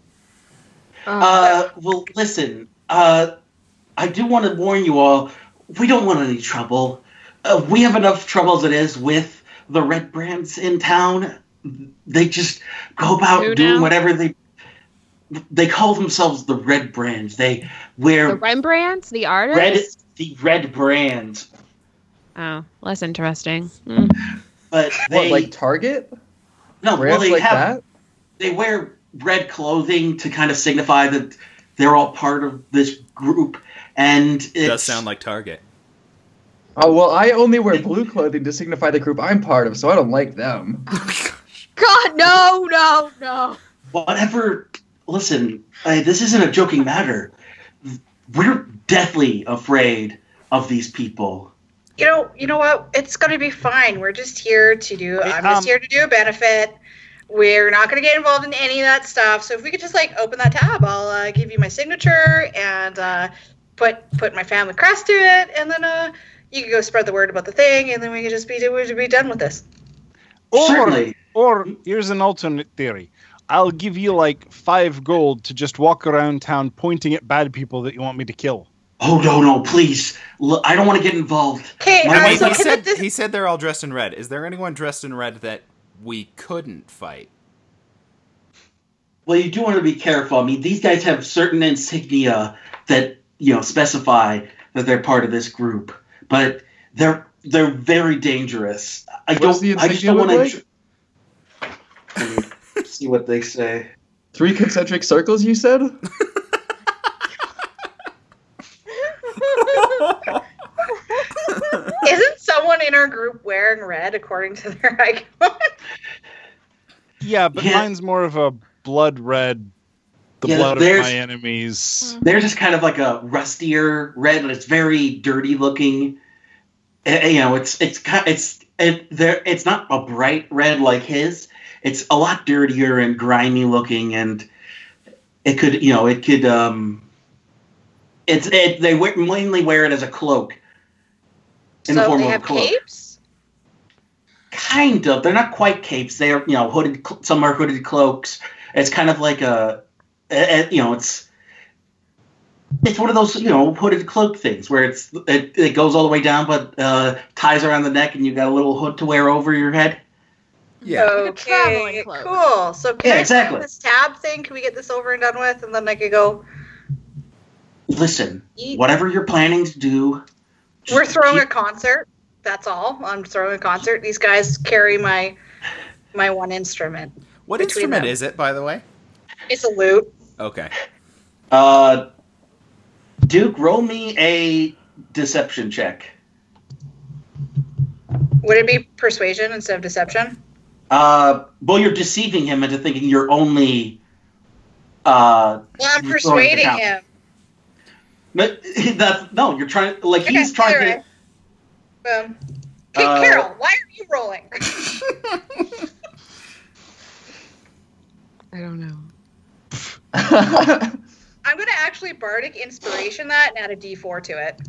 Uh, well, listen, uh, I do want to warn you all we don't want any trouble. Uh, we have enough trouble as it is with the red brands in town. They just go about Who doing now? whatever they. They call themselves the Red Brands. They the wear Rembrandts, the artist. red, the Red Brands, Oh, less interesting. Mm. but What, they like Target? no, Oh, well, Brands they like have that? they wear red clothing to kind of signify that they're all part of this group. And it Does sound like Target. Oh well, I only wear blue clothing to signify the group I'm part of, so I don't like them. God, no, no, no. whatever. Listen, I, this isn't a joking matter. We're deathly afraid of these people. you know you know what it's gonna be fine we're just here to do Hey, i'm just um, here to do a benefit we're not gonna get involved in any of that stuff so if we could just like open that tab i'll uh, give you my signature and uh, put put my family crest to it and then uh you can go spread the word about the thing and then we can just be we could be done with this or Certainly, or here's an alternate theory. I'll give you like five gold to just walk around town pointing at bad people that you want me to kill. oh no, no, please! L- I don't want to get involved. okay My uh, wife- so he, can said, this- he said they're all dressed in red. Is there anyone dressed in red that we couldn't fight? Well, you do want to be careful. I mean, these guys have certain insignia that you know specify that they're part of this group, but they're they're very dangerous. I What does don't. the I just insignia don't look want like? to. See what they say. Three concentric circles, you said? isn't someone in our group wearing red according to their icon Yeah, but Yeah. mine's more of a blood red, the Yeah, blood of there's- my enemies. Mm-hmm. They're just kind of like a rustier red, and it's very dirty looking. Eh, you know, it's it's ki- it's it, there. It's not a bright red like his. It's a lot dirtier and grimy looking, and it could you know it could um. It's it. They wear, mainly wear it as a cloak. In the so form they of a have cloak. capes kind of. They're not quite capes. They are, you know, hooded. cl- Some are hooded cloaks. It's kind of like a, a, a- you know, it's it's one of those you know hooded cloak things where it's it, it goes all the way down, but uh, ties around the neck, and you got a little hood to wear over your head. Yeah. a traveling Okay, cloak. cool. So can Yeah, I exactly. exactly. this tab thing? Can we get this over and done with, and then I could go? Listen, eat? whatever you're planning to do, just We're throwing a keep- concert. That's all. I'm throwing a concert. These guys carry my my one instrument. What Between instrument them. is it, by the way? It's a lute. Okay. Uh, Duke, roll me a deception check. Would it be persuasion instead of deception? Uh, well, you're deceiving him into thinking you're only. Uh, Well, I'm You're throwing it persuading out. him. no, that's no. You're trying like Okay, he's trying either to. way. Um, hey, Uh, Carol, why are you rolling? I don't know. I'm gonna actually bardic inspiration that and add a D4 to it.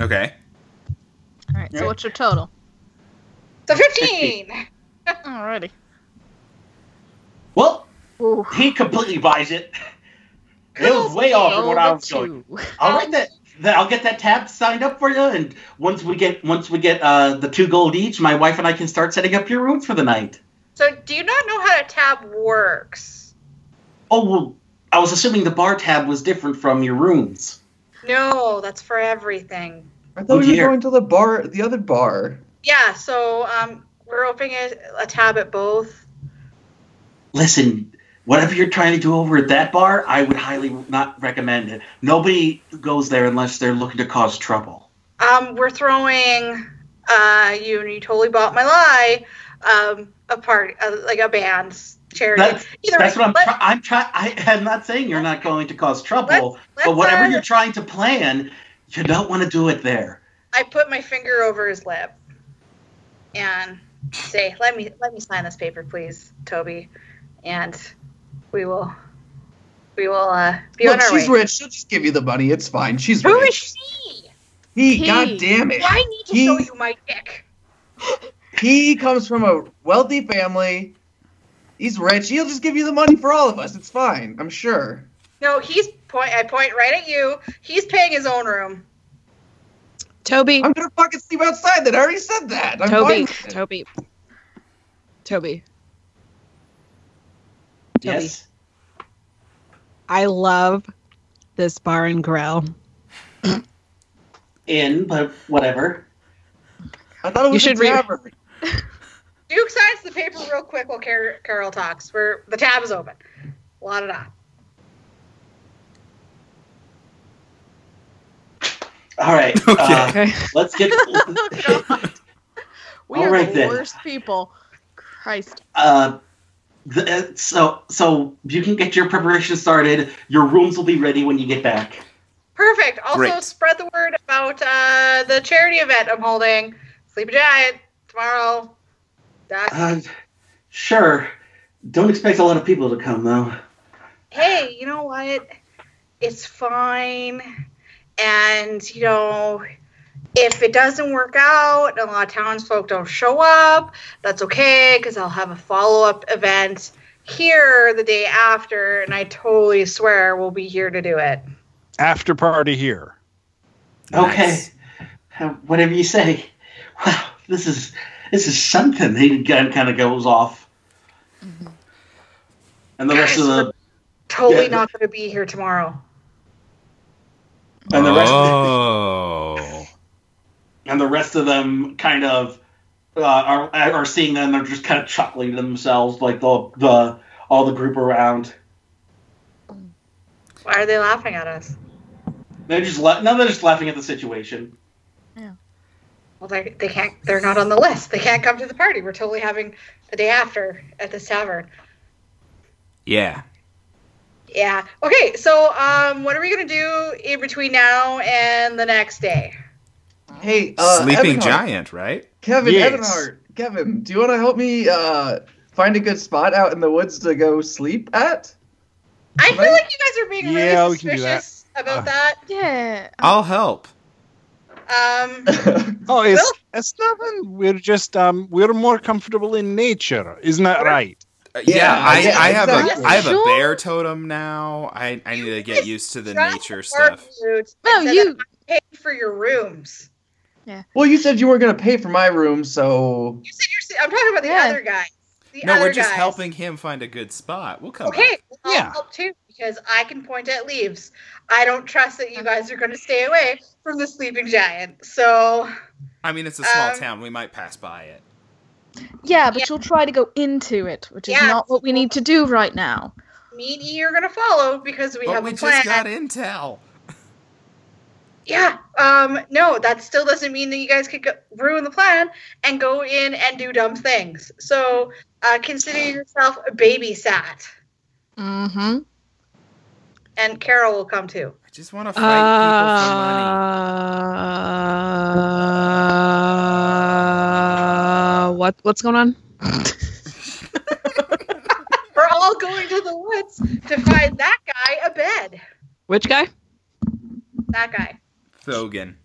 Okay. All right. So Right. what's your total? So 15. Alrighty. Well, Ooh. he completely buys it. It was way off from what I was going. I'll write that. that- I'll get that tab signed up for you, and once we get once we get uh, the two gold each, my wife and I can start setting up your room for the night. so do you not know how a tab works? Oh well, I was assuming the bar tab was different from your rooms. No, that's for everything. I thought we were Here. going to the bar, the other bar. Yeah, so um, we're opening a, a tab at both. listen, whatever you're trying to do over at that bar, I would highly not recommend it. Nobody goes there unless they're looking to cause trouble. Um, we're throwing. Uh, you you totally bought my lie. Um, a party, uh, like a band's charity. That's- Either That's way, what I'm. let- Try- I'm trying. I'm not saying you're not going to cause trouble, let's, but whatever uh, you're trying to plan, you don't want to do it there. I put my finger over his lip and say, "Let me let me sign this paper, please, Toby," and we will we will uh, be Look, on our she's way. rich. She'll just give you the money. It's fine. She's Who is rich. she? He, He. God damn it. I need to He- show you my dick. He comes from a wealthy family. He's rich. He'll just give you the money for all of us. It's fine. I'm sure. No, he's point. I point right at you. He's paying his own room. Toby, I'm gonna fucking sleep outside. Then I already said that. I'm Toby, fine with it. Toby, Toby. Toby. Yes. I love this bar and grill. In, but whatever. I thought it was You should a read- tavern. Duke signs the paper real quick while Car- Carol talks. Where the tab is open. La da da. All right. Okay. uh, Okay. let's get. We All are right the then. worst people. Christ. Uh, the, uh, so so you can get your preparation started. Your rooms will be ready when you get back. Perfect. Also, Great. spread the word about uh, the charity event I'm holding. Sleepy Giant tomorrow. That's Uh, sure. Don't expect a lot of people to come though. hey, you know what? It's fine. And, you know, if it doesn't work out and a lot of townsfolk don't show up, that's okay because I'll have a follow up event here the day after. And I totally swear we'll be here to do it. After party here. Nice. Okay. Uh, whatever you say. Wow, this is this is something. He kind of goes off, and the rest of the Totally Yeah. not going to be here tomorrow. and the rest of Oh. the, and the rest of them kind of uh, are are seeing them. They're just kind of chuckling to themselves, like the the all the group around. Why are they laughing at us? They're just la- no, they're just laughing at the situation. Well, they, they can't, they're not on the list. They can't come to the party. We're totally having the day after at this tavern. Yeah. Yeah. Okay. So, um, what are we gonna do in between now and the next day? Hey, uh, Sleeping Evanhart. giant, right? Kevin, Yes. Evanhart. Kevin, do you want to help me uh, find a good spot out in the woods to go sleep at? I feel Right. like you guys are being really Yeah, we can do that. suspicious about Uh. that. Yeah. I'll help. Um, Oh, is It's nothing. We're just um, we're more comfortable in nature, isn't that right? Uh, yeah, Yeah, I, yeah, I have exactly. a I have a Sure. bear totem now. I, I need to get used to the nature stuff. No, you- pay for your rooms. Well, you said you weren't going to pay for my room, so You said you're. I'm talking about the Yeah. other guys. The No, other we're just guys. helping him find a good spot. We'll come. Okay, back. well, I'll Yeah. help too because I can point at leaves. I don't trust that you guys are going to stay away from the sleeping giant. So I mean, it's a small Um, town. We might pass by it. Yeah, but Yeah. you'll try to go into it, which is Yeah. not what we need to do right now. me and E are going to follow because we but have we a just plan. got intel. Yeah. Um. No, that still doesn't mean that you guys could go, ruin the plan and go in and do dumb things. So uh, consider yourself babysat, Mm-hmm. and Carol will come too. I just want to fight people for money. Uh, what what's going on? We're all going to the woods to find that guy a bed. Which guy? That guy. Thogan.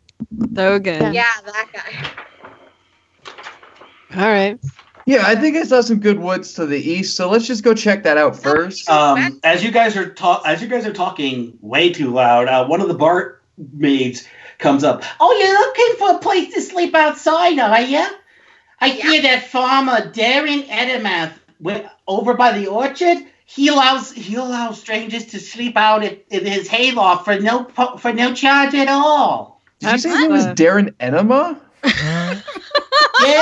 Thogan. Yeah, that guy. All right. yeah, I think I saw some good woods to the east. So let's just go check that out first. Um, as you guys are ta- as you guys are talking way too loud, uh, one of the barmaids comes up. Oh, you're looking for a place to sleep outside, are you? I hear that farmer Darren Edemath went over by the orchard. He allows he allows strangers to sleep out in, in his hayloft for no po- for no charge at all. Did you say his that's- name was uh, Darren Enema? Yeah,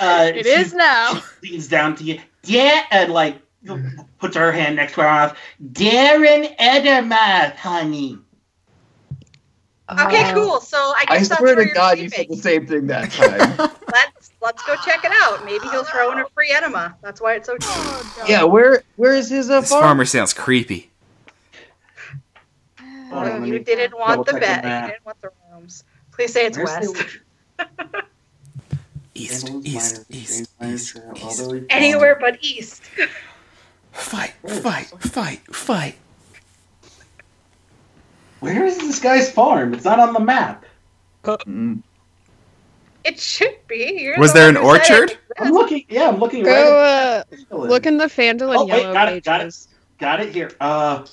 uh, it she- is now. she leans down to you. Yeah, and like puts her hand next to her mouth. Darren Edermath, honey. Okay, cool. So I Uh, I guess that's swear where to you're God, you said sleeping. the same thing that time. Let's let's go check it out. Maybe Oh, he'll throw in a free enema. That's why it's so cheap. yeah, where where is his uh, This farm? farmer sounds creepy. Hold on, let you me didn't want the double check bed. on that. You didn't want the rooms. Please say it's Where's the west. orchard? East, Emerald east, miner, east, green miner, east, trail, east. elderly farm. Anywhere but east. Fight, fight, fight, fight. Where is this guy's farm? It's not on the map. Mm. It should be. You're Was the there an one who said it. orchard? I'm looking. Yeah, I'm looking Go uh, right. at look in the Fandolin Oh, wait, yellow got pages. it, got it. Got it here. Uh,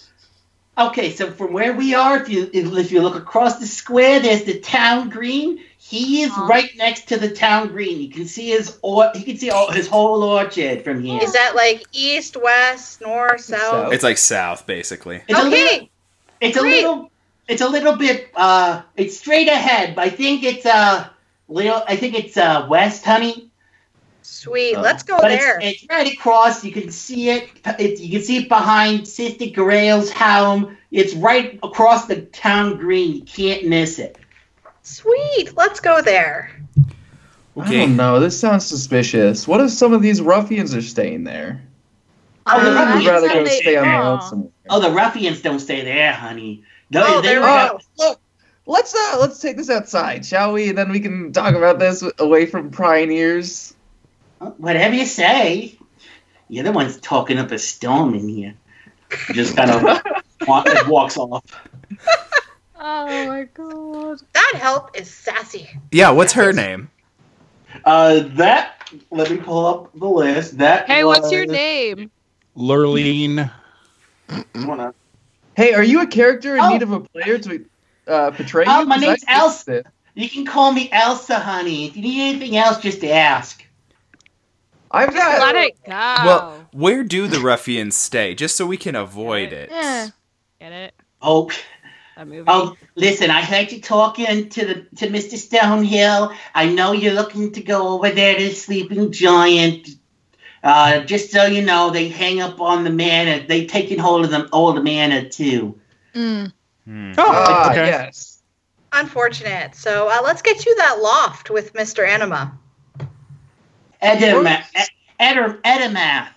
okay, so from where we are, if you if you look across the square, there's the town green. He is Aw. right next to the town green. You can see his or he can see all, his whole orchard from here. Is that like east, west, north, south? South. It's like south, basically. It's a little- okay. It's a Great. little. It's a little bit. Uh, it's straight ahead. But I think it's uh, little. I think it's uh, west, honey. Sweet. Uh, Let's go but Oh, there. It's, it's right across. You can see it. it. You can see it behind Sister Grail's home. It's right across the town green. You can't miss it. Sweet. Let's go there. I Okay. don't know. This sounds suspicious. What if some of these ruffians are staying there? Oh, the I Uh, would ruffians, rather said go they stay on their own are. somewhere. oh, the ruffians don't stay there, honey. No, Oh, they there we don't- go. Let's uh, let's take this outside, shall we? And then we can talk about this away from prying ears. Whatever you say. You're the one's talking up a storm in here. Just kind of wa- walks off. Oh my god. That help is sassy. Yeah, what's her name? Uh, that. Let me pull up the list. That. Hey, what's your was- name? Lurleen. Hold on. Hey, are you a character in Oh. need of a player to uh, portray Oh, you? my 'Cause I name's missed Elsa. it. You can call me Elsa, honey. If you need anything else, just ask. I've got. Let it go. Oh. Well, where do the ruffians stay? Just so we can avoid it. Yeah. Get it? Oh, That movie. oh, listen, I heard you talking to the to Mr. Stonehill. I know you're looking to go over there to the sleeping giant. Uh, just so you know, they hang up on the manor. They taking hold of them old manor too. Mm. Hmm. Oh, Ah, yes. Unfortunate. So uh, let's get you that loft with Mr. Anima. Edamath. Edamath.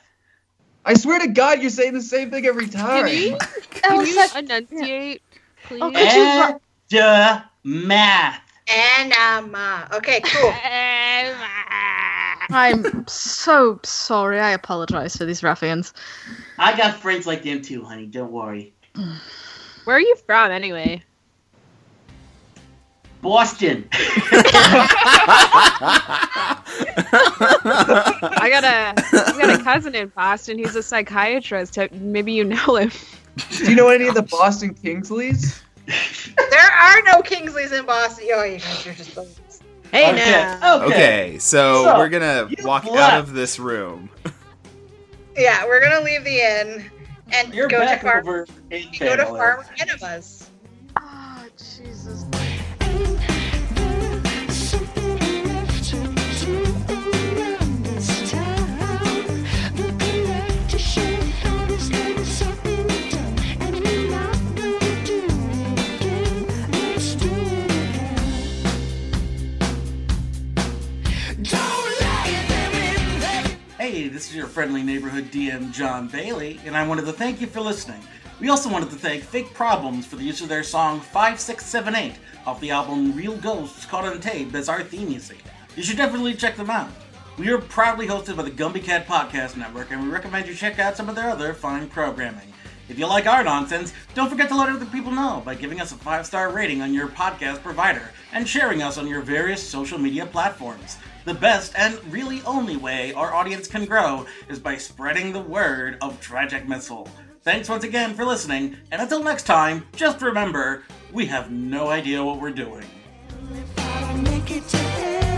I swear to God, you're saying the same thing every time. Can you, can you Elsa, enunciate, please? Okay. Oh, Could Edamath. Anima. um, uh, Okay, cool. I'm so sorry. I apologize for these ruffians. I got friends like them too, honey. Don't worry. Where are you from, anyway? Boston. I got a I got a cousin in Boston. He's a psychiatrist. Maybe you know him. Do you know any of the Boston Kingsleys? There are no Kingsleys in Boston. Oh, you guys are just. Hey Okay. now. Okay, so, So, we're gonna you walk out left. of this room. Yeah, we're gonna leave the inn and You're go to back farm. over in Go to Chandler. farm enemas. Oh, Jesus. Hey, this is your friendly neighborhood DM, John Bailey, and I wanted to thank you for listening. We also wanted to thank Fake Problems for the use of their song 5678 off the album Real Ghosts Caught on Tape as our theme music. You should definitely check them out. We are proudly hosted by the Gumby Cat Podcast Network, and we recommend you check out some of their other fine programming. If you like our nonsense, don't forget to let other people know by giving us a five star rating on your podcast provider and sharing us on your various social media platforms. The best and really only way our audience can grow is by spreading the word of Tragic Missile. Thanks once again for listening, and until next time, just remember we have no idea what we're doing. Make it to hell.